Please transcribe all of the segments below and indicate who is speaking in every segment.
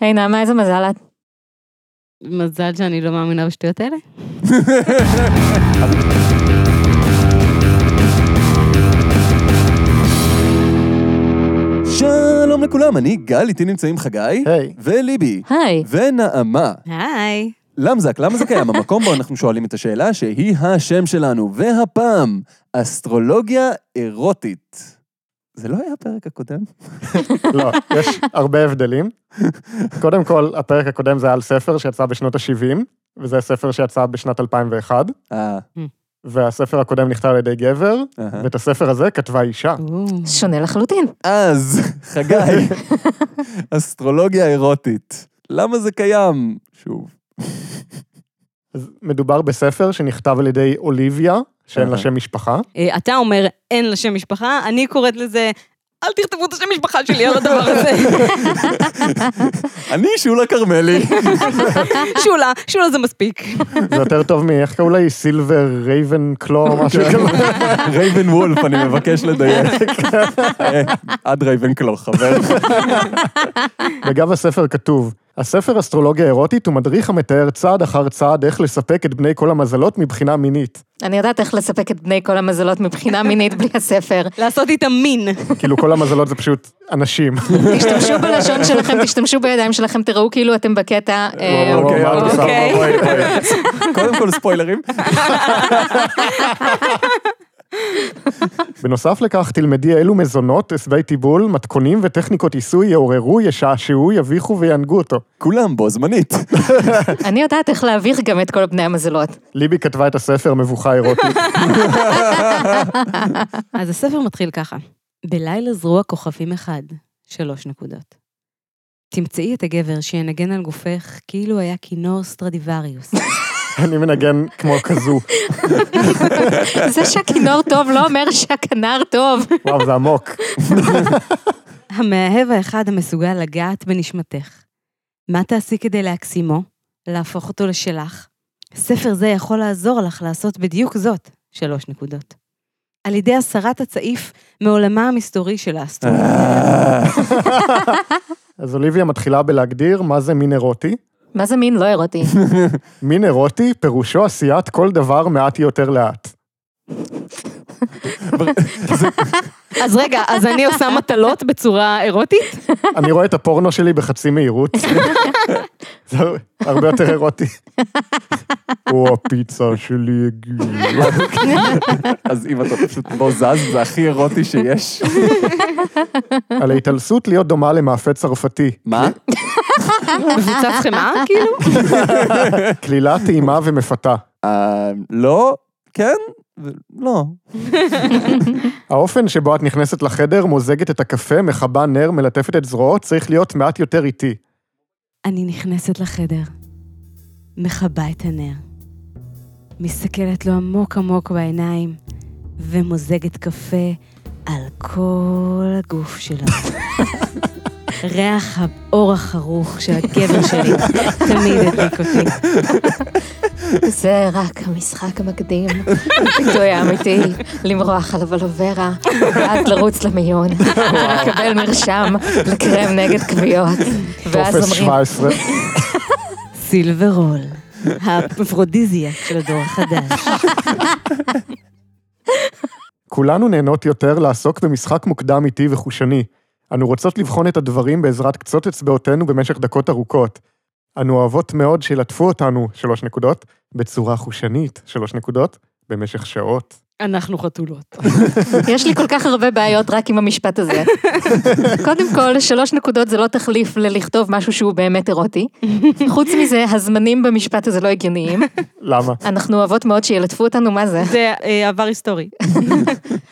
Speaker 1: היי נעמה, איזה מזל את.
Speaker 2: מזל שאני לא מאמינה בשטויות האלה.
Speaker 3: שלום לכולם, אני גל, איתי נמצאים חגי,
Speaker 4: היי.
Speaker 3: וליבי,
Speaker 1: היי.
Speaker 3: ונעמה.
Speaker 2: היי.
Speaker 3: למזק, למה זה קיים? המקום בו אנחנו שואלים את השאלה שהיא השם שלנו, והפעם, אסטרולוגיה אירוטית. זה לא היה הפרק הקודם?
Speaker 4: לא, יש הרבה הבדלים. קודם כל, הפרק הקודם זה היה על ספר שיצא בשנות ה-70, וזה ספר שיצא בשנת 2001,
Speaker 3: אה,
Speaker 4: והספר הקודם נכתב על ידי גבר,
Speaker 3: אהה.
Speaker 4: ואת הספר הזה כתבה אישה.
Speaker 1: שונה לחלוטין.
Speaker 3: אז, חגי, אסטרולוגיה אירוטית. למה זה קיים? שוב.
Speaker 4: אז מדובר בספר שנכתב על ידי אוליביה, שאין לה
Speaker 3: אהה.
Speaker 4: שם משפחה.
Speaker 2: אה, אתה אומר, אין לה שם משפחה, אני קוראת לזה, אל תכתבו את השם משפחה שלי על הדבר הזה.
Speaker 3: אני שולה כרמלי.
Speaker 2: שולה, שולה לא, זה מספיק.
Speaker 4: זה יותר טוב מאיך קראו לה? סילבר רייבן קלו או משהו כזה.
Speaker 3: רייבן וולף, אני מבקש לדייק. אה, עד רייבן קלו, חבר.
Speaker 4: בגב הספר כתוב, הספר אסטרולוגיה אירוטית הוא מדריך המתאר צעד אחר צעד איך לספק את בני כל המזלות מבחינה מינית.
Speaker 1: אני יודעת איך לספק את בני כל המזלות מבחינה מינית בלי הספר.
Speaker 2: לעשות איתה מין.
Speaker 4: כאילו כל המזלות זה פשוט אנשים.
Speaker 1: תשתמשו בלשון שלכם, תשתמשו בידיים שלכם, תראו כאילו אתם בקטע. אה,
Speaker 4: וואו, וואו.
Speaker 3: אוקיי,
Speaker 4: אוקיי.
Speaker 3: בסדר, בואי, בואי. קודם כל ספוילרים.
Speaker 4: בנוסף לכך, תלמדי אילו מזונות, הסבי טיבול, מתכונים וטכניקות עיסוי יעוררו, ישעשעו, יביכו וינגו אותו.
Speaker 3: כולם בו זמנית.
Speaker 2: אוקיי.
Speaker 1: אני יודעת איך להביך גם את כל בני המזלות.
Speaker 4: ליבי כתבה את הספר מבוכה אירוטית.
Speaker 2: אז הספר מתחיל ככה. בלילה זרוע כוכבים אחד, שלוש נקודות. תמצאי את הגבר שינגן על גופך כאילו היה כינור סטרדיווריוס.
Speaker 4: אני מנגן כמו כזו.
Speaker 1: זה שהכינור טוב לא אומר שהכנר טוב.
Speaker 4: וואו, זה עמוק.
Speaker 2: המאהב האחד המסוגל לגעת בנשמתך. מה תעשי כדי להקסימו? להפוך אותו לשלך? ספר זה יכול לעזור לך לעשות בדיוק זאת, שלוש נקודות. על ידי הסרת הצעיף מעולמה המסתורי של האסטרולוגיה.
Speaker 4: אז אוליביה מתחילה בלהגדיר מה זה מין אירוטי.
Speaker 1: מה זה מין לא אירוטי?
Speaker 4: מין אירוטי פירושו עשיית כל דבר מעט יותר לאט.
Speaker 2: אז רגע, אז אני עושה מטלות בצורה אירוטית?
Speaker 4: אני רואה את הפורנו שלי בחצי מהירות. זה הרבה יותר אירוטי. או, הפיצה שלי הגיעה.
Speaker 3: אז אם אתה פשוט לא זז, זה הכי אירוטי שיש.
Speaker 4: על ההתעלסות להיות דומה למאפה צרפתי.
Speaker 3: מה?
Speaker 2: מבוצץ חמאה, כאילו?
Speaker 4: כלילה טעימה ומפתה.
Speaker 3: אה, לא, כן, ו- לא.
Speaker 4: האופן שבו את נכנסת לחדר, מוזגת את הקפה, מכבה נר, מלטפת את זרועות, צריך להיות מעט יותר איטי.
Speaker 2: אני נכנסת לחדר, מכבה את הנר, מסתכלת לו עמוק עמוק בעיניים, ומוזגת קפה על כל הגוף שלו. ריח האור החרוך של הגבר שלי תמיד הדליק אותי.
Speaker 1: זה רק המשחק המקדים. הפיתוי האמיתי, למרוח על הוולוברה, ואז לרוץ למיון, לקבל מרשם לקרם נגד כוויות. ואז
Speaker 4: טופס
Speaker 1: אומרים,
Speaker 4: 17.
Speaker 2: סילברול, האפרודיזיה של הדור החדש.
Speaker 4: כולנו נהנות יותר לעסוק במשחק מוקדם איטי וחושני. אנו רוצות לבחון את הדברים בעזרת קצות אצבעותינו במשך דקות ארוכות. אנו אוהבות מאוד שילטפו אותנו, שלוש נקודות, בצורה חושנית, שלוש נקודות, במשך שעות.
Speaker 2: אנחנו חתולות.
Speaker 1: יש לי כל כך הרבה בעיות רק עם המשפט הזה. קודם כל, שלוש נקודות זה לא תחליף ללכתוב משהו שהוא באמת אירוטי. חוץ מזה, הזמנים במשפט הזה לא הגיוניים.
Speaker 4: למה?
Speaker 1: אנחנו אוהבות מאוד שילטפו אותנו, מה זה?
Speaker 2: זה אה, עבר היסטורי.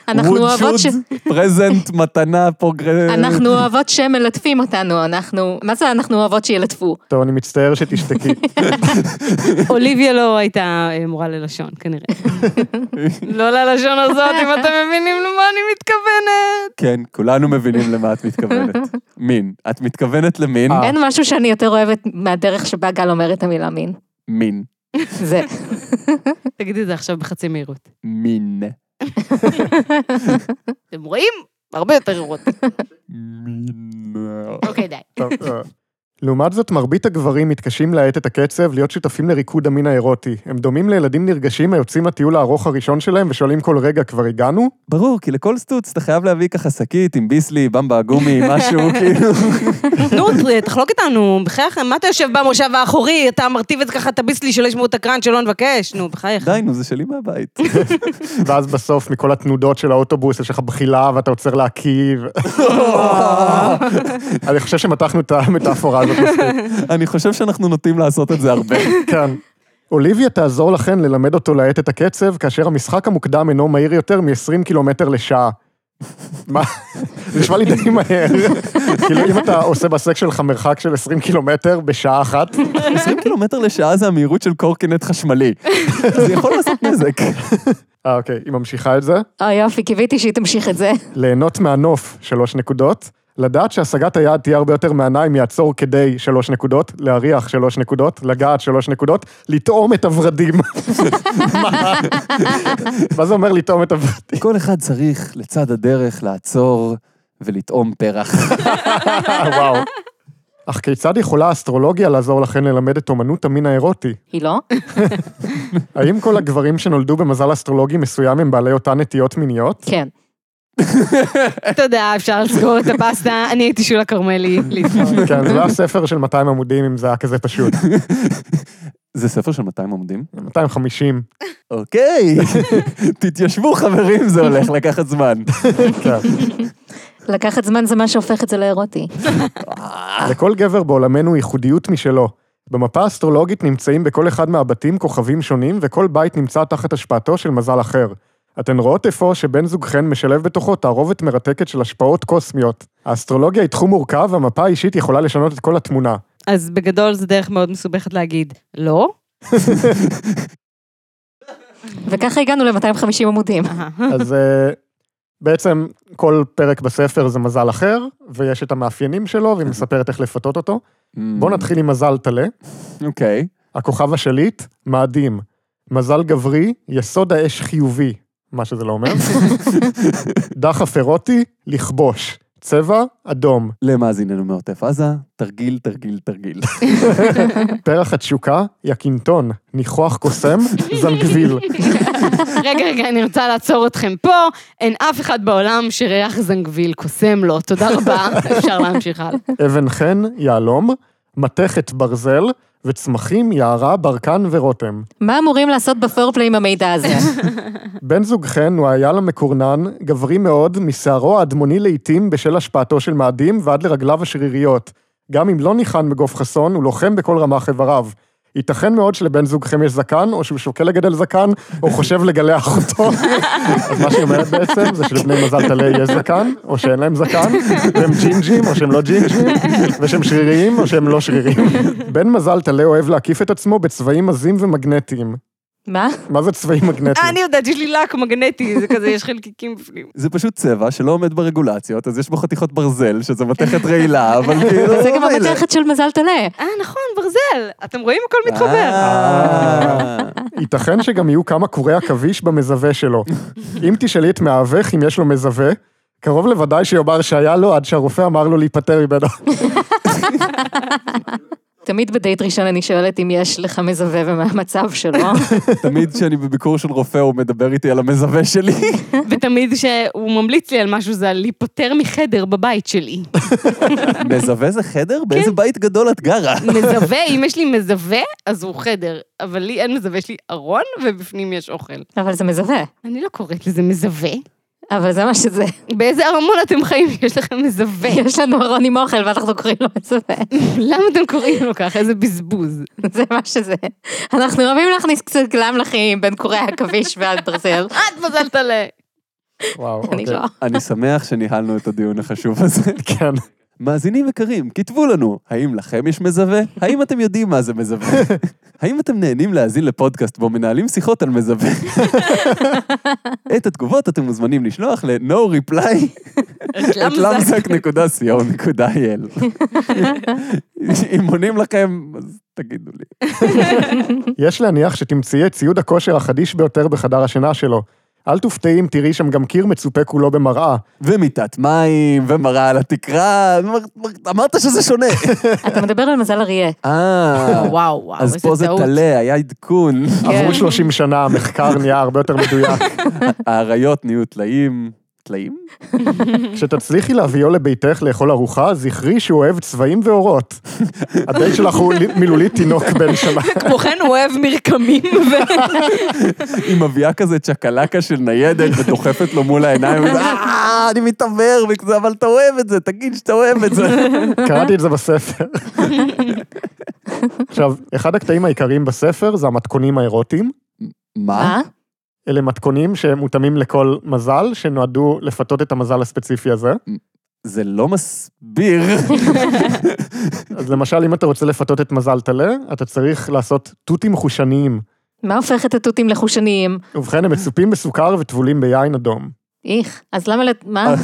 Speaker 1: אנחנו אוהבות ש...
Speaker 3: פרזנט, מתנה, פרוגרס...
Speaker 1: אנחנו אוהבות שמלטפים אותנו, אנחנו... מה זה אנחנו אוהבות שילטפו?
Speaker 4: טוב, אני מצטער שתשתקי.
Speaker 2: אוליביה לא הייתה אה, מורה ללשון, כנראה. לא ללשון הזאת, אם אתם מבינים למה אני מתכוונת.
Speaker 3: כן, כולנו מבינים למה את מתכוונת. מין. את מתכוונת למין?
Speaker 4: אה.
Speaker 1: אין משהו שאני יותר אוהבת מהדרך שבה גל אומר את המילה מין.
Speaker 3: מין.
Speaker 1: זה.
Speaker 2: תגידי את זה עכשיו בחצי מהירות.
Speaker 3: מין.
Speaker 2: אתם רואים? הרבה יותר אירוטי.
Speaker 3: מין.
Speaker 2: אוקיי, די.
Speaker 4: טוב, אה, לעומת זאת, מרבית הגברים מתקשים להאט את הקצב להיות שותפים לריקוד המין האירוטי. הם דומים לילדים נרגשים היוצאים לטיול הארוך הראשון שלהם ושואלים כל רגע, כבר הגענו?
Speaker 3: ברור, כי לכל סטוץ אתה חייב להביא ככה שקית עם ביסלי, במבה, גומי, משהו, כאילו.
Speaker 2: נו, ת- תחלוק איתנו, בחייך, מה אתה יושב במושב האחורי? אתה מרטיב את ככה, תביס לי שלא ישמעו את הקראנץ' שלא נבקש, נו, בחייך.
Speaker 3: די, נו, זה שלי מהבית.
Speaker 4: ואז בסוף, מכל התנודות של האוטובוס, יש לך בחילה ואתה עוצר להקיב. אני חושב שמתחנו את המטאפורה הזאת מספיק.
Speaker 3: אני חושב שאנחנו נוטים לעשות את זה הרבה.
Speaker 4: כן. אוליביה תעזור לכן ללמד אותו להאט את הקצב, כאשר המשחק המוקדם אינו מהיר יותר מ-20 קילומטר לשעה. מה? זה נשמע לי די מהר. כאילו, אם אתה עושה בסק שלך מרחק של 20 קילומטר בשעה אחת,
Speaker 3: 20 קילומטר לשעה זה המהירות של קורקינט חשמלי. זה יכול לעשות נזק.
Speaker 4: אה, אוקיי, היא ממשיכה את זה.
Speaker 1: אוי אה, יופי, קיוויתי שהיא תמשיך את זה.
Speaker 4: ליהנות מהנוף, שלוש נקודות. לדעת שהשגת היעד תהיה הרבה יותר מהנה אם יעצור כדי שלוש נקודות, להריח שלוש נקודות, לגעת שלוש נקודות, לטעום את הורדים. מה? מה זה אומר לטעום את הורדים?
Speaker 3: כל אחד צריך לצד הדרך לעצור ולטעום פרח.
Speaker 4: וואו. אך כיצד יכולה האסטרולוגיה לעזור לכן ללמד את אומנות המין האירוטי?
Speaker 1: היא לא?
Speaker 4: האם כל הגברים שנולדו במזל אסטרולוגי מסוים הם בעלי אותן נטיות מיניות?
Speaker 1: כן.
Speaker 2: תודה, אפשר לסגור את הפסטה, אני הייתי שולה כרמלי, להתראות.
Speaker 4: כן, זה לא הספר של 200 עמודים, אם זה היה כזה פשוט.
Speaker 3: זה ספר של 200 עמודים?
Speaker 4: 250.
Speaker 3: אוקיי, תתיישבו חברים, זה הולך לקחת זמן.
Speaker 4: כן.
Speaker 1: לקחת זמן זה מה שהופך את זה לאירוטי.
Speaker 4: לכל גבר בעולמנו ייחודיות משלו. במפה האסטרולוגית נמצאים בכל אחד מהבתים כוכבים שונים, וכל בית נמצא תחת השפעתו של מזל אחר. אתן רואות אפוא שבן זוגכן משלב בתוכו תערובת מרתקת של השפעות קוסמיות. האסטרולוגיה היא תחום מורכב, והמפה האישית יכולה לשנות את כל התמונה.
Speaker 2: אז בגדול זו דרך מאוד מסובכת להגיד, לא?
Speaker 1: וככה הגענו ל-250 עמודים.
Speaker 2: אהה.
Speaker 4: אז אה, בעצם כל פרק בספר זה מזל אחר, ויש את המאפיינים שלו, והיא מספרת איך לפתות אותו.
Speaker 3: Mm.
Speaker 4: בואו נתחיל עם מזל טלה.
Speaker 3: אוקיי.
Speaker 4: הכוכב השליט, מאדים. מזל גברי, יסוד האש חיובי, מה שזה לא אומר. דחף אירוטי, לכבוש. צבע, אדום.
Speaker 3: למאזיננו מעוטף עזה, תרגיל, תרגיל, תרגיל.
Speaker 4: פרח התשוקה, יקינטון. ניחוח קוסם, זנגוויל.
Speaker 2: רגע, רגע, אני רוצה לעצור אתכם פה. אין אף אחד בעולם שריח זנגוויל קוסם לו. תודה רבה, אפשר להמשיך הלאה.
Speaker 4: אבן חן, יהלום. מתכת ברזל, וצמחים, יערה, ברקן ורותם.
Speaker 1: מה אמורים לעשות בפורפליי עם המידע הזה?
Speaker 4: בן זוג חן הוא אייל המקורנן, גברי מאוד, משערו האדמוני לעיתים בשל השפעתו של מאדים ועד לרגליו השריריות. גם אם לא ניחן בגוף חסון, הוא לוחם בכל רמ"ח איבריו. ייתכן מאוד שלבן זוגכם יש זקן, או שהוא שוקל לגדל זקן, או חושב לגלח אותו. אז מה שהיא אומרת בעצם, זה שלבני מזל טלה יש זקן, או שאין להם זקן, והם ג'ינג'ים, או שהם לא ג'ינג'ים, ושהם שריריים, או שהם לא שריריים. בן מזל טלה אוהב להקיף את עצמו בצבעים עזים ומגנטיים.
Speaker 1: מה?
Speaker 4: מה זה צבעים מגנטיים?
Speaker 2: אה, אני יודעת, יש לי לק מגנטי, זה כזה, יש חלקיקים בפנים.
Speaker 3: זה פשוט צבע שלא עומד ברגולציות, אז יש בו חתיכות ברזל, שזה מתכת רעילה, אבל כאילו...
Speaker 1: זה גם
Speaker 3: מילא.
Speaker 1: המתכת של מזל טלה.
Speaker 2: אה, נכון, ברזל. אתם רואים? הכל מתחבר.
Speaker 3: אה.
Speaker 4: ייתכן שגם יהיו כמה קורי עכביש במזווה שלו. אם תשאלי את מאבך אם יש לו מזווה, קרוב לוודאי שיאמר שהיה לו עד שהרופא אמר לו להיפטר ממנו.
Speaker 1: תמיד בדייט ראשון אני שואלת אם יש לך מזווה ומה המצב שלו.
Speaker 3: תמיד כשאני בביקור של רופא, הוא מדבר איתי על המזווה שלי.
Speaker 2: אה. ותמיד שהוא ממליץ לי על משהו, זה על להיפטר מחדר בבית שלי.
Speaker 3: מזווה זה חדר? באיזה בית גדול את גרה?
Speaker 2: מזווה, אם יש לי מזווה, אז הוא חדר. אבל לי אין מזווה, יש לי ארון, ובפנים יש אוכל.
Speaker 1: אבל זה מזווה.
Speaker 2: אני לא קוראת לזה מזווה.
Speaker 1: אבל זה מה שזה.
Speaker 2: באיזה ארמון אתם חיים? יש לכם מזווה.
Speaker 1: יש לנו ארון עם אוכל ואנחנו קוראים לו מזווה.
Speaker 2: למה אתם קוראים לו ככה? איזה בזבוז.
Speaker 1: זה מה שזה. אנחנו אוהבים להכניס קצת גלם לחיים בין קורי העכביש והברזל.
Speaker 2: את מזל טלה.
Speaker 4: וואו,
Speaker 1: אני לא.
Speaker 3: אני שמח שניהלנו את הדיון החשוב הזה.
Speaker 4: כן.
Speaker 3: מאזינים יקרים, כתבו לנו, האם לכם יש מזווה? האם אתם יודעים מה זה מזווה? האם אתם נהנים להאזין לפודקאסט בו מנהלים שיחות על מזווה? את התגובות אתם מוזמנים לשלוח ל-no reply את למזק.co.il. אם עונים לכם, אז תגידו לי.
Speaker 4: יש להניח שתמצאי את ציוד הכושר החדיש ביותר בחדר השינה שלו. אל תופתעי אם תראי שם גם קיר מצופה כולו במראה.
Speaker 3: ומיטת מים, ומראה על התקרה, אמר- אמרת שזה שונה.
Speaker 1: אתה מדבר על מזל אריה.
Speaker 3: אה,
Speaker 2: וואו, וואו,
Speaker 3: אז
Speaker 2: איזה
Speaker 3: פה זה
Speaker 2: טעות.
Speaker 3: טלה, היה עדכון.
Speaker 1: כן.
Speaker 4: עברו 30 שנה, המחקר נהיה הרבה יותר מדויק.
Speaker 3: האריות נהיו טלאים. טלאים?
Speaker 4: כשתצליחי להביאו לביתך לאכול ארוחה, זכרי שהוא אוהב צבעים ואורות. הדייט שלך הוא לי- מילולית תינוק בן שנה.
Speaker 2: כמו כן הוא אוהב מרקמים ו...
Speaker 3: היא מביאה כזה צ'קלקה של ניידת ודוחפת לו מול העיניים, אה, אני מתעוור, וכזה, אבל אתה אוהב את זה, תגיד שאתה אוהב את זה.
Speaker 4: קראתי את זה בספר. עכשיו, אחד הקטעים העיקריים בספר זה המתכונים האירוטיים.
Speaker 3: מה?
Speaker 1: מה?
Speaker 4: אלה מתכונים שמותאמים לכל מזל, שנועדו לפתות את המזל הספציפי הזה.
Speaker 3: זה לא מסביר.
Speaker 4: אז למשל, אם אתה רוצה לפתות את מזל טלה, אתה צריך לעשות תותים חושניים.
Speaker 1: מה הופך את התותים לחושניים?
Speaker 4: ובכן, הם מצופים בסוכר וטבולים ביין אדום.
Speaker 1: איך, אז למה לת... מה?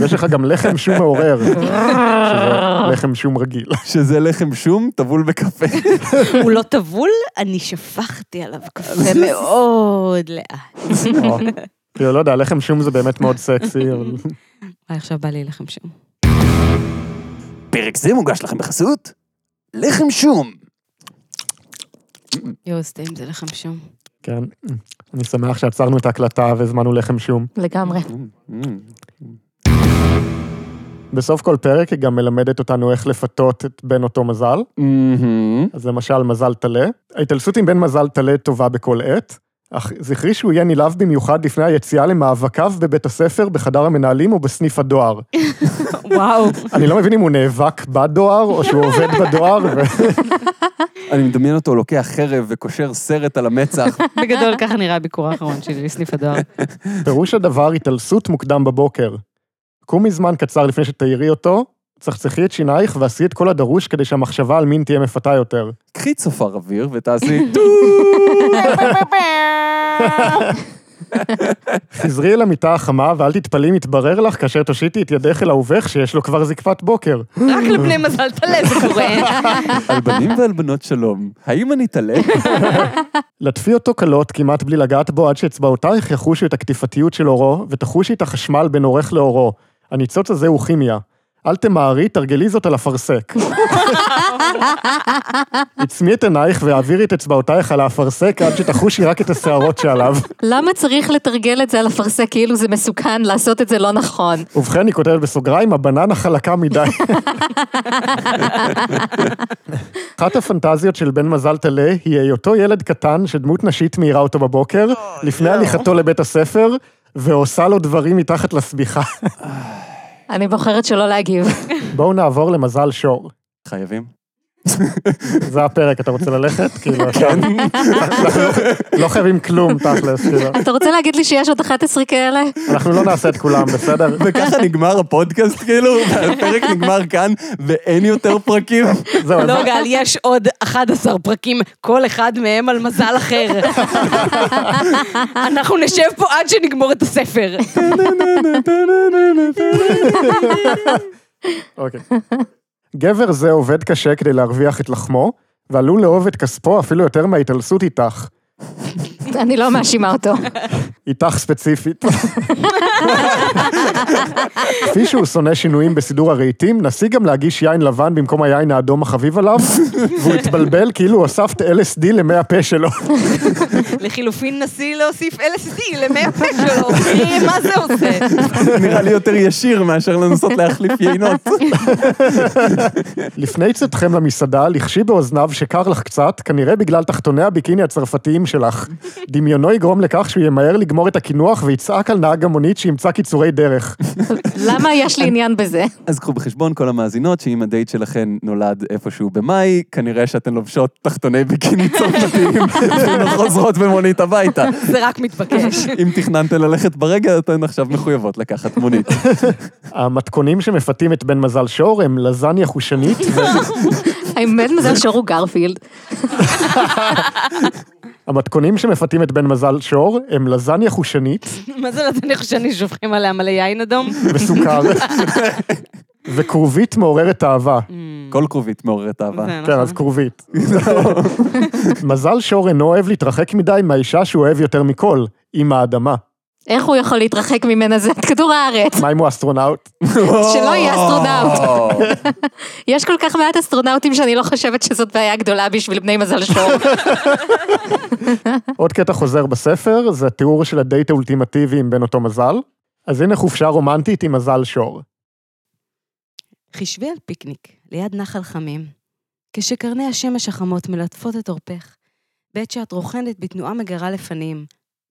Speaker 4: ויש לך גם לחם שום מעורר, שזה לחם שום רגיל.
Speaker 3: שזה לחם שום טבול בקפה.
Speaker 2: הוא לא טבול, אני שפכתי עליו קפה מאוד לאט.
Speaker 4: או, כאילו, לא יודע, לחם שום זה באמת מאוד סקסי, אבל...
Speaker 2: וואי, עכשיו בא לי לחם שם.
Speaker 3: פרק זה מוגש לכם בחסות? לחם שום.
Speaker 2: יואו, סתם, זה לחם שום.
Speaker 4: כן. אני שמח שעצרנו את ההקלטה והזמנו לחם שום.
Speaker 1: לגמרי.
Speaker 4: בסוף כל פרק היא גם מלמדת אותנו איך לפתות את בן אותו מזל. אז למשל, מזל טלה. ההתעלסות עם בן מזל טלה טובה בכל עת, אך זכרי שהוא יהיה נלהב במיוחד לפני היציאה למאבקיו בבית הספר, בחדר המנהלים או בסניף הדואר.
Speaker 2: וואו.
Speaker 4: אני לא מבין אם הוא נאבק בדואר, או שהוא עובד בדואר, ו-
Speaker 3: אני מדמיין אותו לוקח חרב וקושר סרט על המצח.
Speaker 2: בגדול, ככה נראה הביקור האחרון שלי בסניף הדואר.
Speaker 4: פירוש הדבר התעלסות מוקדם בבוקר. קומי זמן קצר לפני שתעירי אותו, צחצחי את שינייך ועשי את כל הדרוש כדי שהמחשבה על מין תהיה מפתה יותר.
Speaker 3: קחי צופר אוויר ותעשי טו.
Speaker 4: חזרי אל המיטה החמה ואל תתפלאי אם יתברר לך כאשר תושיטי את ידך אל אהובך שיש לו כבר זקפת בוקר.
Speaker 2: רק לבני מזל טלה זה קורה.
Speaker 3: על בנים ועל בנות שלום. האם אני טלה?
Speaker 4: לטפי אותו קלות כמעט בלי לגעת בו עד שאצבעותייך יחושו את הקטיפתיות של אורו ותחושי את החשמל בין אורך לאורו. הניצוץ הזה הוא כימיה. אל תמהרי, תרגלי זאת על אפרסק. עצמי את עינייך והעבירי את אצבעותייך על האפרסק עד שתחושי רק את השערות שעליו.
Speaker 1: למה צריך לתרגל את זה על אפרסק כאילו זה מסוכן לעשות את זה לא נכון?
Speaker 4: ובכן, היא כותבת בסוגריים, הבננה חלקה מדי. אחת הפנטזיות של בן מזל טלה היא היותו ילד קטן שדמות נשית מאירה אותו בבוקר, לפני הליכתו לבית הספר, ועושה לו דברים מתחת לשמיכה.
Speaker 1: אני בוחרת שלא להגיב.
Speaker 4: בואו נעבור למזל שור.
Speaker 3: חייבים.
Speaker 4: זה הפרק, אתה רוצה ללכת? כאילו,
Speaker 3: כן.
Speaker 4: עכשיו... לא חייבים כלום, תכלס, כאילו.
Speaker 1: אתה רוצה להגיד לי שיש עוד 11 כאלה?
Speaker 4: אנחנו לא נעשה את כולם, בסדר?
Speaker 3: וככה נגמר הפודקאסט כאילו, והפרק נגמר כאן, ואין יותר פרקים.
Speaker 4: זהו,
Speaker 2: לא, גל, יש עוד 11 פרקים, כל אחד מהם על מזל אחר. אנחנו נשב פה עד שנגמור את הספר.
Speaker 4: אוקיי. גבר זה עובד קשה כדי להרוויח את לחמו, ועלול לאהוב את כספו אפילו יותר מההתעלסות איתך.
Speaker 1: אני לא מאשימה אותו.
Speaker 4: איתך ספציפית. כפי שהוא שונא שינויים בסידור הרהיטים, נסי גם להגיש יין לבן במקום היין האדום החביב עליו, והוא התבלבל כאילו הוספת LSD למי הפה שלו.
Speaker 2: לחילופין, נסי להוסיף LSD למי הפה שלו. תראי, מה זה עושה?
Speaker 3: נראה לי יותר ישיר מאשר לנסות להחליף יינות.
Speaker 4: לפני צאתכם למסעדה, לחשי באוזניו שקר לך קצת, כנראה בגלל תחתוני הביקיני הצרפתיים שלך. דמיונו יגרום לכך שהוא ימהר לגמור את הקינוח ויצעק על נהג המונית שימצא קיצורי דרך.
Speaker 1: למה יש לי עניין בזה?
Speaker 3: אז קחו בחשבון כל המאזינות, שאם הדייט שלכן נולד איפשהו במאי, כנראה שאתן לובשות תחתוני ביקיני צרפתיים, ואתן חוזרות במונית הביתה.
Speaker 2: זה רק מתבקש.
Speaker 3: אם תכננתן ללכת ברגע, אתן עכשיו מחויבות לקחת מונית.
Speaker 4: המתכונים שמפתים את בן מזל שור הם לזניה חושנית,
Speaker 1: האמת מזל שור הוא גרפילד.
Speaker 4: המתכונים שמפתים את בן מזל שור הם לזניה חושנית
Speaker 2: מה זה נתן לך שאני שופכים עליה מלא יין אדום?
Speaker 4: נכון. וסוכר. וכרובית מעוררת אהבה.
Speaker 3: כל כרובית מעוררת אהבה.
Speaker 2: זה
Speaker 4: כן,
Speaker 2: נכון.
Speaker 4: אז כרובית. מזל שור אינו אוהב להתרחק מדי מהאישה שהוא אוהב יותר מכל, עם האדמה.
Speaker 1: איך הוא יכול להתרחק ממנה? זה את כדור הארץ.
Speaker 4: מה אם הוא אסטרונאוט?
Speaker 1: שלא יהיה אסטרונאוט.
Speaker 3: וואו.
Speaker 1: יש כל כך מעט אסטרונאוטים שאני לא חושבת שזאת בעיה גדולה בשביל בני מזל שור.
Speaker 4: עוד קטע חוזר בספר, זה התיאור של הדייט האולטימטיבי עם בן אותו מזל. אז הנה חופשה רומנטית עם מזל שור.
Speaker 2: חישבי על פיקניק, ליד נחל חמים, כשקרני השמש החמות מלטפות את עורפך, בעת שאת רוכנת בתנועה מגרה לפנים,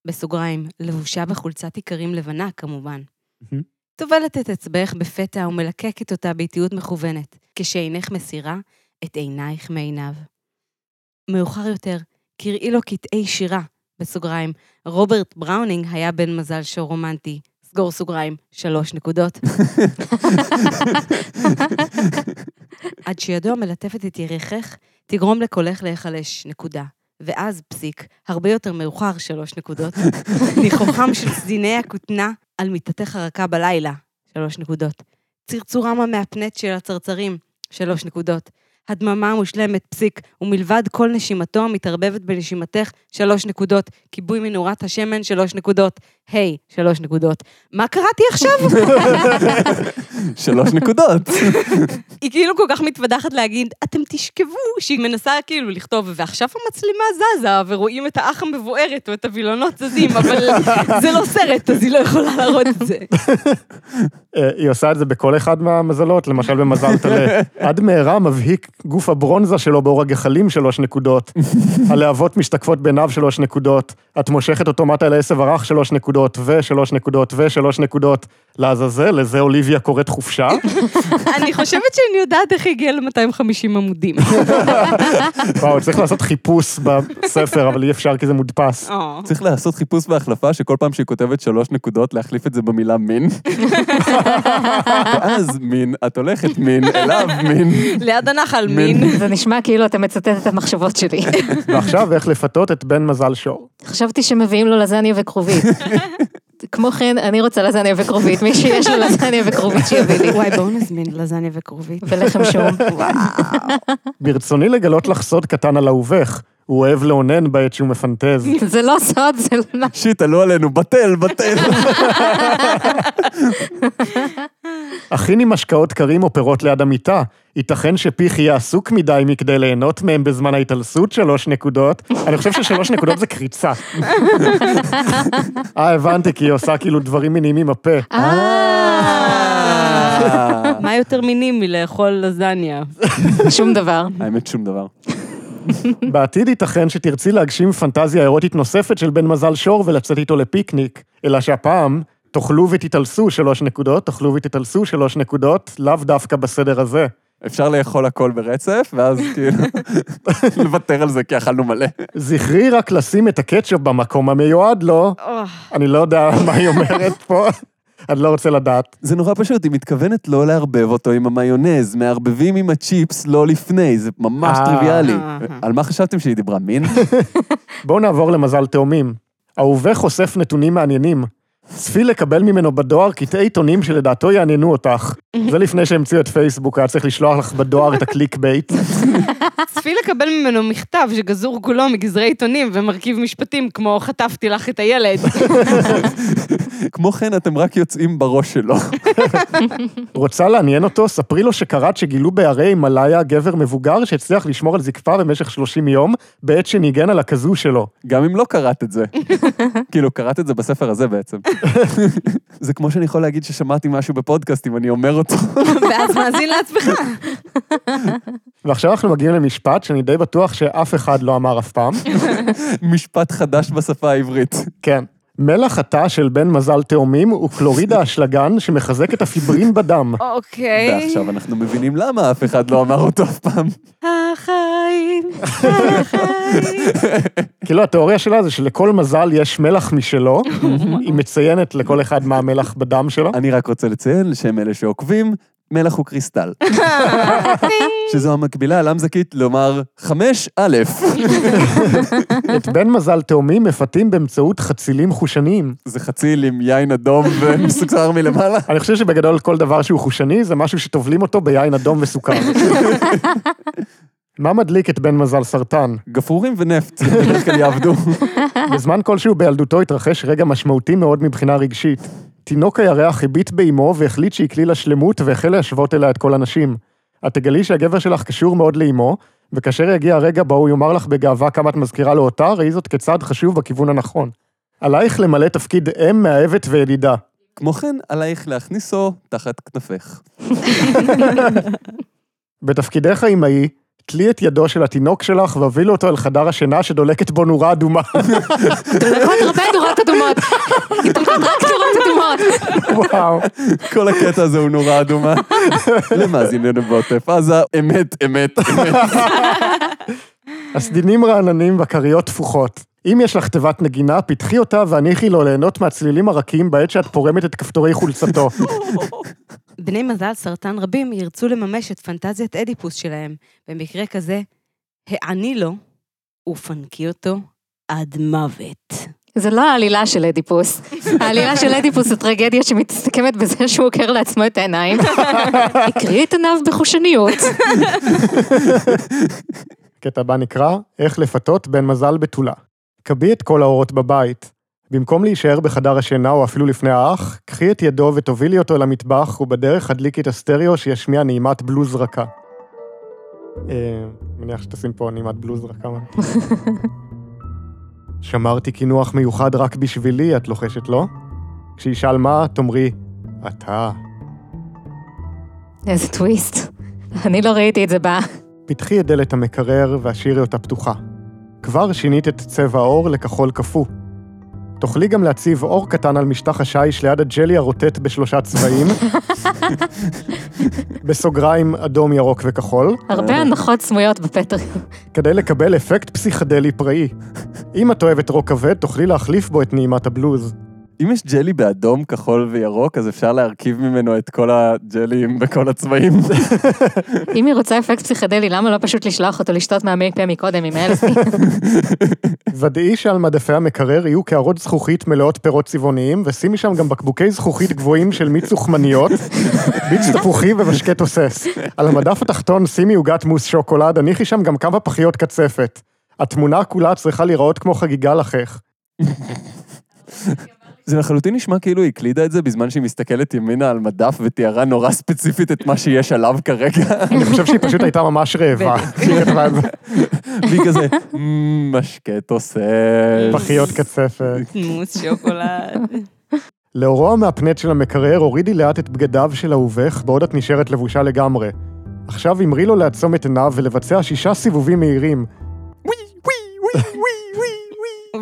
Speaker 2: בסוגריים, לבושה בחולצת איכרים לבנה, כמובן.
Speaker 4: מהמם.
Speaker 2: טובלת את אצבעך בפתע ומלקקת אותה באיטיות מכוונת, כשעינך מסירה את עינייך מעיניו. מאוחר יותר, קראי לו קטעי שירה, בסוגריים, רוברט בראונינג היה בן מזל שור רומנטי, סגור סוגריים, שלוש נקודות. עד שידו המלטפת את ירכך, תגרום לקולך להיחלש, נקודה. ואז, פסיק, הרבה יותר מאוחר, שלוש נקודות, ניחוחם של סדיני הכותנה על מיטתך הרכה בלילה, שלוש נקודות. צרצורם המהפנט של הצרצרים, שלוש נקודות. הדממה המושלמת, פסיק, ומלבד כל נשימתו המתערבבת בנשימתך, שלוש נקודות. כיבוי מנורת השמן, שלוש נקודות. היי, שלוש נקודות. מה קראתי עכשיו?
Speaker 3: שלוש נקודות.
Speaker 2: היא כאילו כל כך מתוודחת להגיד, אתם תשכבו, שהיא מנסה כאילו לכתוב, ועכשיו המצלמה זזה, ורואים את האח המבוערת או את הווילונות זזים, אבל זה לא סרט, אז היא לא יכולה להראות את זה.
Speaker 4: אה, היא עושה את זה בכל אחד מהמזלות, למשל במזל טלה. עד מהרה מבהיק גוף הברונזה שלו באור הגחלים שלוש נקודות. הלהבות משתקפות בעיניו שלוש נקודות. את מושכת אותו מטה אל העשב הרך שלוש נקודות, ושלוש נקודות, ושלוש נקודות. לעזאזל, לזה אוליביה קוראת חופשה.
Speaker 2: אני חושבת שאני יודעת איך היא הגיעה ל-250 עמודים.
Speaker 4: וואו, צריך לעשות חיפוש בספר, אבל אי אפשר כי זה מודפס.
Speaker 2: אה.
Speaker 3: צריך לעשות חיפוש והחלפה שכל פעם שהיא כותבת שלוש נקודות, להחליף את זה במילה מין. ואז מין, את הולכת מין, אליו מין.
Speaker 2: ליד הנחל מין.
Speaker 1: זה נשמע כאילו אתה מצטט את המחשבות שלי.
Speaker 4: ועכשיו, איך לפתות את בן מזל שור.
Speaker 1: חשבתי שמביאים לו לזניה וכרובית. כמו כן, אני רוצה לזניה וכרובית. מי שיש לו לזניה וכרובית שיביא לי.
Speaker 2: וואי, בואו נזמין לזניה וכרובית.
Speaker 1: ולחם שום.
Speaker 4: ברצוני לגלות לך סוד קטן על אהובך. הוא אוהב לאונן בעת שהוא מפנטז.
Speaker 1: זה לא סוד, זה לא...
Speaker 3: שיט, עלו עלינו, בטל, בטל.
Speaker 4: הכיני משקאות קרים או פירות ליד המיטה. ייתכן שפיך יהיה עסוק מדי מכדי ליהנות מהם בזמן ההתעלסות, שלוש נקודות. אני חושב ששלוש נקודות זה קריצה. אה, הבנתי, כי היא עושה כאילו דברים מיניים עם הפה.
Speaker 1: אה,
Speaker 2: מה יותר מיני מלאכול לזניה?
Speaker 1: אה. שום דבר.
Speaker 3: האמת, שום דבר.
Speaker 4: בעתיד ייתכן שתרצי להגשים פנטזיה אירוטית נוספת של בן מזל שור ולצאת איתו לפיקניק, אלא שהפעם תאכלו ותתעלסו שלוש נקודות, תאכלו ותתעלסו שלוש נקודות, לאו דווקא בסדר הזה.
Speaker 3: אפשר לאכול הכל ברצף, ואז כאילו, לוותר על זה כי אכלנו מלא.
Speaker 4: זכרי רק לשים את הקטשופ במקום המיועד לו. אני לא יודע מה היא אומרת פה, אני לא רוצה לדעת.
Speaker 3: זה נורא פשוט, היא מתכוונת לא לערבב אותו עם המיונז, מערבבים עם הצ'יפס לא לפני, זה ממש
Speaker 4: אה.
Speaker 3: טריוויאלי.
Speaker 2: אה.
Speaker 3: על מה חשבתם שהיא דיברה, מין?
Speaker 4: בואו נעבור למזל תאומים. אהובך חושף נתונים מעניינים. צפי לקבל ממנו בדואר קטעי עיתונים שלדעתו יעניינו אותך. זה לפני שהמציאו את פייסבוק, היה צריך לשלוח לך בדואר את הקליק בייט.
Speaker 2: צפי לקבל ממנו מכתב שגזור כולו מגזרי עיתונים ומרכיב משפטים כמו חטפתי לך את הילד.
Speaker 3: כמו כן, אתם רק יוצאים בראש שלו.
Speaker 4: רוצה לעניין אותו? ספרי לו שקראת שגילו בהרי הימאליה גבר מבוגר שהצליח לשמור על זקפה במשך 30 יום, בעת שניגן על הכזו שלו.
Speaker 3: גם אם לא קראת את זה. כאילו, קראת את זה בספר הזה בעצם. זה כמו שאני יכול להגיד ששמעתי משהו בפודקאסט, אם אני אומר אותו.
Speaker 2: ואז מאזין לעצמך.
Speaker 4: ועכשיו אנחנו מגיעים למשפט שאני די בטוח שאף אחד לא אמר אף פעם.
Speaker 3: משפט חדש בשפה העברית.
Speaker 4: כן. מלח התא של בן מזל תאומים הוא קלוריד האשלגן שמחזק את הפיברין בדם.
Speaker 2: אוקיי.
Speaker 3: ועכשיו אנחנו מבינים למה אף אחד לא אמר אותו אף פעם.
Speaker 2: החיים, החיים.
Speaker 4: כאילו, התיאוריה שלה זה שלכל מזל יש מלח משלו, היא מציינת לכל אחד מה המלח בדם שלו.
Speaker 3: אני רק רוצה לציין, לשם אלה שעוקבים, מלח הוא קריסטל. שזו המקבילה הלמזקית לומר חמש א',
Speaker 4: את בן מזל תאומים מפתים באמצעות חצילים חושניים.
Speaker 3: זה חציל עם יין אדום ומסוכר מלמעלה.
Speaker 4: אני חושב שבגדול כל דבר שהוא חושני זה משהו שטובלים אותו ביין אדום וסוכר. מה מדליק את בן מזל סרטן?
Speaker 3: גפרורים ונפט, בדרך כלל יעבדו.
Speaker 4: בזמן כלשהו בילדותו התרחש רגע משמעותי מאוד מבחינה רגשית. תינוק הירח הביט באימו והחליט שהיא כליל השלמות והחל להשוות אליה את כל הנשים. את תגלי שהגבר שלך קשור מאוד לאימו, וכאשר יגיע הרגע בו הוא יאמר לך בגאווה כמה את מזכירה לו אותה, ראי זאת כצעד חשוב בכיוון הנכון. עלייך למלא תפקיד אם, מאהבת וידידה.
Speaker 3: כמו כן, עלייך להכניסו תחת כנפך.
Speaker 4: בתפקידך האימהי, תלי את ידו של התינוק שלך והובילו אותו אל חדר השינה שדולקת בו נורה אדומה.
Speaker 1: דולקות הרבה נורות אדומות. דולקות רק נורות אדומות.
Speaker 4: וואו.
Speaker 3: כל הקטע הזה הוא נורא אדומה. למאזיננו בעוטף עזה, אמת, אמת, אמת.
Speaker 4: הסדינים רעננים והכריות תפוחות. אם יש לך תיבת נגינה, פתחי אותה והניחי לו ליהנות מהצלילים הרכים בעת שאת פורמת את כפתורי חולצתו.
Speaker 2: בני מזל סרטן רבים ירצו לממש את פנטזיית אדיפוס שלהם. במקרה כזה, העני לו ופנקי אותו עד מוות.
Speaker 1: זה לא העלילה של אדיפוס. העלילה של אדיפוס זו טרגדיה שמסתכמת בזה שהוא עוקר לעצמו את העיניים. הקריא את עיניו בחושניות.
Speaker 4: קטע הבא נקרא, איך לפתות בן מזל בתולה. כבי את כל האורות בבית. במקום להישאר בחדר השינה או אפילו לפני האח, קחי את ידו ותובילי אותו למטבח, ובדרך הדליקי את הסטריאו שישמיע נעימת בלוז רכה. אה, מניח שתשים פה נעימת בלוז רכה. שמרתי קינוח מיוחד רק בשבילי, את לוחשת לו. כשישאל מה, תאמרי, אתה.
Speaker 1: איזה טוויסט. אני לא ראיתי את זה בא.
Speaker 4: פתחי את דלת המקרר והשאירי אותה פתוחה. כבר שינית את צבע העור לכחול קפוא. תוכלי גם להציב אור קטן על משטח השיש ליד הג'לי הרוטט בשלושה צבעים, בסוגריים אדום, ירוק וכחול,
Speaker 1: הרבה הנחות סמויות בפטר.
Speaker 4: כדי לקבל אפקט פסיכדלי פראי. אם את אוהבת רוק כבד, תוכלי להחליף בו את נעימת הבלוז.
Speaker 3: אם יש ג'לי באדום, כחול וירוק, אז אפשר להרכיב ממנו את כל הג'לים בכל הצבעים.
Speaker 1: אם היא רוצה אפקט פסיכדלי, למה לא פשוט לשלוח אותו לשתות מהמי פה מקודם עם אלף?
Speaker 4: ודאי שעל מדפי המקרר יהיו קערות זכוכית מלאות פירות צבעוניים, ושימי שם גם בקבוקי זכוכית גבוהים של מיץ זוכמניות, מיץ תפוחי ומשקה תוסס. על המדף התחתון שימי עוגת מוס שוקולד, הניחי שם גם כמה פחיות קצפת. התמונה כולה צריכה להיראות כמו חגיגה לחך.
Speaker 3: זה לחלוטין נשמע כאילו היא הקלידה את זה בזמן שהיא מסתכלת ימינה על מדף ותיארה נורא ספציפית את מה שיש עליו כרגע.
Speaker 4: אני חושב שהיא פשוט הייתה ממש רעבה. כשהיא כתבה את זה.
Speaker 3: והיא כזה, "מ, משקה תוסס.
Speaker 4: פחיות קצפת.
Speaker 2: מוס שוקולד.
Speaker 4: לאורו המהפנט של המקרר הורידי לאט את בגדיו של אהובך, בעוד את נשארת לבושה לגמרי. עכשיו אמרי לו לעצום את עיניו ולבצע שישה סיבובים מהירים.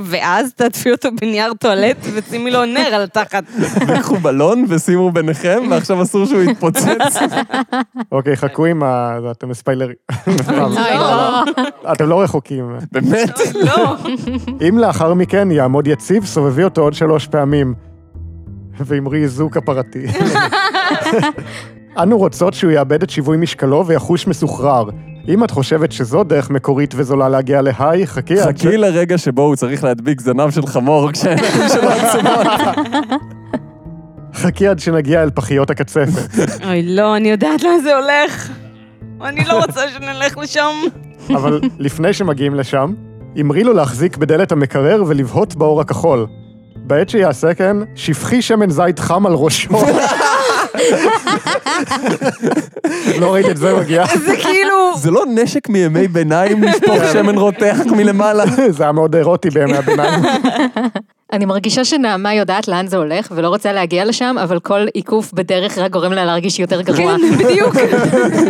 Speaker 2: ואז תעטפי אותו בנייר טואלט ושימי לו נר על תחת.
Speaker 3: וקחו בלון ושימו ביניכם, ועכשיו אסור שהוא יתפוצץ.
Speaker 4: אוקיי, חכו עם ה... זה, אתם ספיילרים.
Speaker 1: אוי, כן. לא.
Speaker 4: אתם לא רחוקים.
Speaker 3: באמת?
Speaker 2: לא.
Speaker 4: אם לאחר מכן יעמוד יציב, סובבי אותו עוד שלוש פעמים. ואמרי זו כפרתי. אנו רוצות שהוא יאבד את שיווי משקלו ויחוש מסוחרר. אם את חושבת שזו דרך מקורית וזולה להגיע להיי, חכי עד ש...
Speaker 3: חכי לרגע שבו הוא צריך להדביק זנב של חמור כשהעיניים שלו עצומות.
Speaker 4: חכי עד שנגיע אל פחיות הקצפת.
Speaker 2: אוי, לא, אני יודעת לאן זה הולך. אני לא רוצה שנלך לשם.
Speaker 4: אבל לפני שמגיעים לשם, אמרי לו להחזיק בדלת המקרר ולבהות באור הכחול. בעת שיעשה כן, שפכי שמן זית חם על ראשו. לא ראית את זה מגיע?
Speaker 2: זה כאילו...
Speaker 3: זה לא נשק מימי ביניים לשפוך שמן רותח מלמעלה.
Speaker 4: זה היה מאוד אירוטי בימי הביניים.
Speaker 1: אני מרגישה שנעמה יודעת לאן זה הולך ולא רוצה להגיע לשם, אבל כל עיקוף בדרך רק גורם לה להרגיש יותר גרוע.
Speaker 2: כן, בדיוק.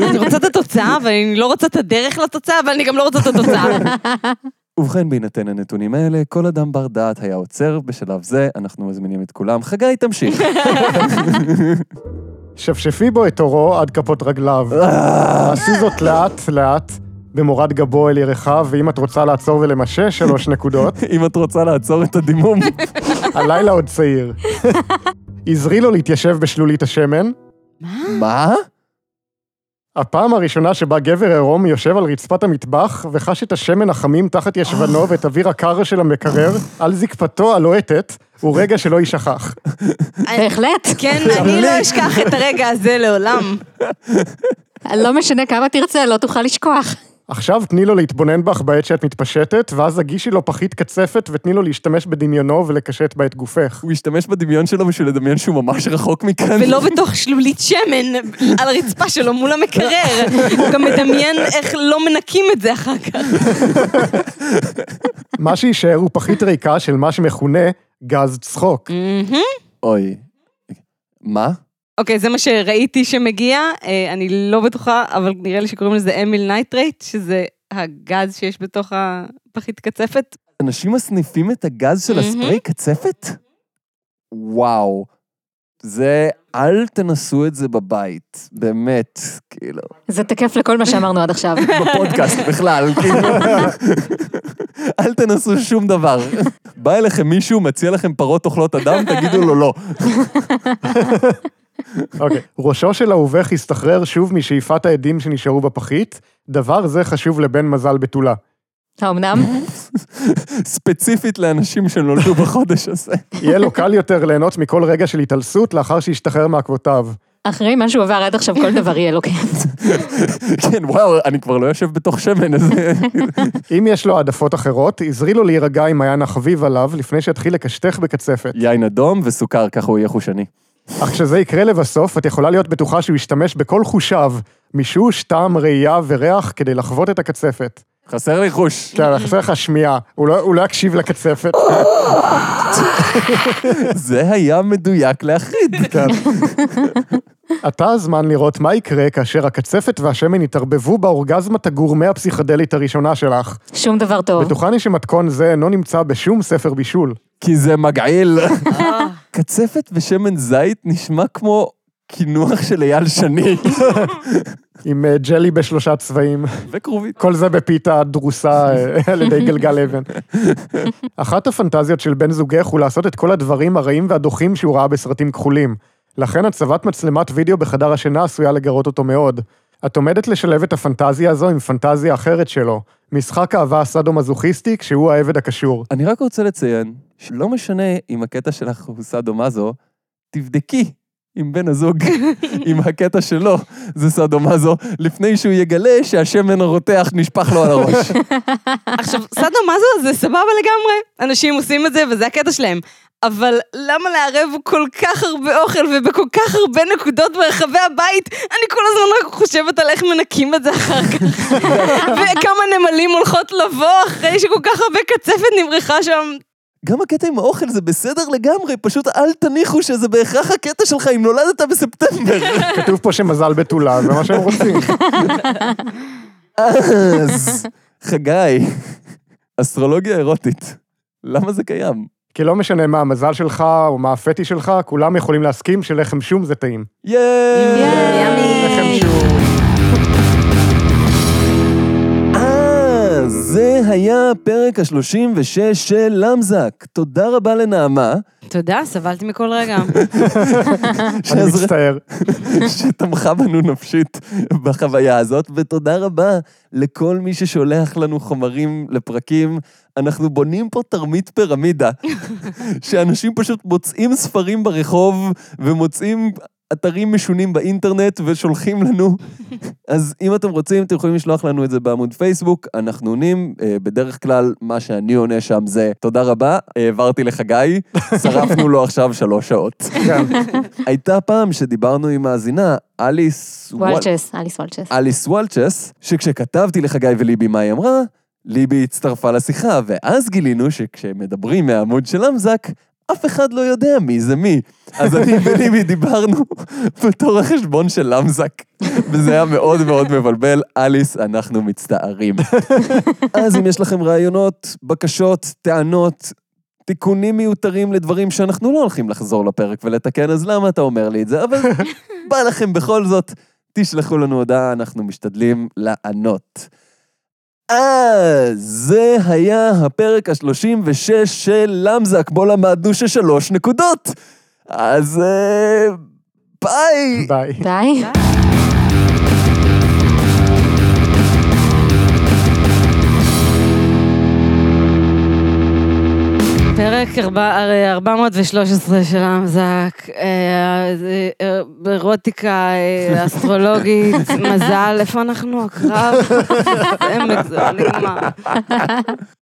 Speaker 2: אני רוצה את התוצאה, אבל אני לא רוצה את הדרך לתוצאה, אבל אני גם לא רוצה את התוצאה.
Speaker 3: ובכן, בהינתן הנתונים האלה, כל אדם בר דעת היה עוצר בשלב זה, אנחנו מזמינים את כולם. חגי, תמשיך.
Speaker 4: שפשפי בו את עורו עד כפות רגליו. עשי זאת לאט-לאט, במורד גבו אל ירכיו, ואם את רוצה לעצור ולמשש, שלוש נקודות.
Speaker 3: אם את רוצה לעצור את הדימום.
Speaker 4: הלילה עוד צעיר. עזרי לו להתיישב בשלולית השמן.
Speaker 3: מה?
Speaker 4: הפעם הראשונה שבה גבר עירום יושב על רצפת המטבח וחש את השמן החמים תחת ישבנו ואת אוויר הקר של המקרר על זקפתו הלוהטת, הוא רגע שלא יישכח.
Speaker 1: בהחלט.
Speaker 2: כן, אני לא אשכח את הרגע הזה לעולם.
Speaker 1: לא משנה כמה תרצה, לא תוכל לשכוח.
Speaker 4: עכשיו תני לו להתבונן בך בעת שאת מתפשטת, ואז הגישי לו פחית קצפת ותני לו להשתמש בדמיונו ולקשט בה את גופך.
Speaker 3: הוא השתמש בדמיון שלו בשביל לדמיין שהוא ממש רחוק מכאן.
Speaker 2: ולא בתוך שלולית שמן על הרצפה שלו מול המקרר. הוא גם מדמיין איך לא מנקים את זה אחר כך.
Speaker 4: מה שיישאר הוא פחית ריקה של מה שמכונה גז צחוק.
Speaker 2: מהמם.
Speaker 3: אוי. מה?
Speaker 2: אוקיי, זה מה שראיתי שמגיע, אה, אני לא בטוחה, אבל נראה לי שקוראים לזה אמיל נייטרייט, שזה הגז שיש בתוך הפחית קצפת.
Speaker 3: אנשים מסניפים את הגז של הספרי קצפת? וואו. זה, אל תנסו את זה בבית, באמת, כאילו,
Speaker 1: זה תקף לכל מה שאמרנו עד עכשיו.
Speaker 3: בפודקאסט בכלל, כאילו. אל תנסו שום דבר. בא אליכם מישהו, מציע לכם פרות אוכלות אדם, תגידו לו לא.
Speaker 4: אוקיי. ראשו של אהובך הסתחרר שוב משאיפת העדים שנשארו בפחית, דבר זה חשוב לבן מזל בתולה.
Speaker 1: האמנם?
Speaker 3: ספציפית לאנשים שנולדו בחודש הזה.
Speaker 4: יהיה לו קל יותר ליהנות מכל רגע של התעלסות לאחר שישתחרר מעקבותיו.
Speaker 1: אחרי מה שהוא עבר עד עכשיו, כל דבר יהיה לו כן.
Speaker 3: כן, וואו, אני כבר לא יושב בתוך שמן, אז...
Speaker 4: אם יש לו העדפות אחרות, עזרי לו להירגע עם היין החביב עליו לפני שיתחיל לקשטך בקצפת.
Speaker 3: יין אדום וסוכר, ככה הוא יהיה חושני.
Speaker 4: אך כשזה יקרה לבסוף, את יכולה להיות בטוחה שהוא ישתמש בכל חושיו, מישוש, טעם, ראייה וריח כדי לחוות את הקצפת.
Speaker 3: חסר לי חוש.
Speaker 4: כן, אני חסר לך שמיעה, הוא לא- הוא לא יקשיב לקצפת.
Speaker 3: זה היה מדויק להחריד.
Speaker 4: כן. עתה הזמן לראות מה יקרה כאשר הקצפת והשמן יתערבבו באורגזמת הגורמה הפסיכדלית הראשונה שלך.
Speaker 1: שום דבר טוב.
Speaker 4: בטוחני שמתכון זה אינו נמצא בשום ספר בישול.
Speaker 3: כי זה מגעיל. קצפת ושמן זית נשמע כמו קינוח של אייל שני.
Speaker 4: עם אה, ג'לי בשלושה צבעים.
Speaker 3: וכרובית.
Speaker 4: כל זה בפיתה דרוסה אה, על ידי גלגל אבן. אחת הפנטזיות של בן זוגך הוא לעשות את כל הדברים הרעים והדוחים שהוא ראה בסרטים כחולים. לכן הצבת מצלמת וידאו בחדר השינה עשויה לגרות אותו מאוד. את עומדת לשלב את הפנטזיה הזו עם פנטזיה אחרת שלו, משחק אהבה סאדו-מזוכיסטי כשהוא העבד הקשור.
Speaker 3: אני רק רוצה לציין, שלא משנה אם הקטע שלך הוא סאדו-מאזו, תבדקי עם בן הזוג, אם הקטע שלו זה סאדו-מאזו, לפני שהוא יגלה שהשמן הרותח נשפך לו על הראש.
Speaker 2: עכשיו, סדו מזו זה סבבה לגמרי, אנשים עושים את זה וזה הקטע שלהם. אבל למה לערב כל כך הרבה אוכל ובכל כך הרבה נקודות ברחבי הבית? אני כל הזמן רק חושבת על איך מנקים את זה אחר כך. וכמה נמלים הולכות לבוא אחרי שכל כך הרבה קצפת נמרחה שם.
Speaker 3: גם הקטע עם האוכל זה בסדר לגמרי, פשוט אל תניחו שזה בהכרח הקטע שלך אם נולדת בספטמבר.
Speaker 4: כתוב פה שמזל בתולה, זה מה שהם רוצים.
Speaker 3: אז, חגי, אסטרולוגיה אירוטית, למה זה קיים?
Speaker 4: כי לא משנה מה המזל שלך או מה הפטי שלך, כולם יכולים להסכים שלחם שום זה טעים.
Speaker 3: יאיי!
Speaker 4: לחם
Speaker 2: ימי.
Speaker 4: שום.
Speaker 3: אה, זה היה הפרק ה-36 של למזק. תודה רבה לנעמה,
Speaker 2: תודה, סבלתי מכל רגע.
Speaker 4: אני
Speaker 3: שעזרה-
Speaker 4: מצטער.
Speaker 3: שתמכה בנו נפשית בחוויה הזאת, ותודה רבה לכל מי ששולח לנו חומרים לפרקים. אנחנו בונים פה תרמית פירמידה, שאנשים פשוט מוצאים ספרים ברחוב ומוצאים אתרים משונים באינטרנט ושולחים לנו. אז אם אתם רוצים, אתם יכולים לשלוח לנו את זה בעמוד פייסבוק, אנחנו עונים. אה, בדרך כלל, מה שאני עונה שם זה, תודה רבה, העברתי לחגי, שרפנו לו עכשיו שלוש שעות.
Speaker 4: כן.
Speaker 3: הייתה פעם שדיברנו עם מאזינה, אליס וול-
Speaker 1: וולצ'ס, אליס וולצ'ס.
Speaker 3: אליס וולצ'ס, שכשכתבתי לחגי וליבי מה היא אמרה, ליבי הצטרפה לשיחה, ואז גילינו שכשמדברים מהעמוד של אמזק, אף אחד לא יודע מי זה מי. אז אני וליבי דיברנו בתור החשבון של למזק, וזה היה מאוד מאוד מבלבל. אליס, אנחנו מצטערים. אז אם יש לכם רעיונות, בקשות, טענות, תיקונים מיותרים לדברים שאנחנו לא הולכים לחזור לפרק ולתקן, אז למה אתה אומר לי את זה? אבל בא לכם בכל זאת, תשלחו לנו הודעה, אנחנו משתדלים לענות. אז זה היה הפרק ה-36 של למזק, בו למדנו ששלוש נקודות. אז אה, ביי.
Speaker 4: ביי.
Speaker 1: די.
Speaker 2: פרק ארבע- אה, 413 של המזק, אה, זה, אה, אירוטיקה אה, אסטרולוגית, לא מזל, איפה אנחנו? הקרב? זה מגזר, נגמר.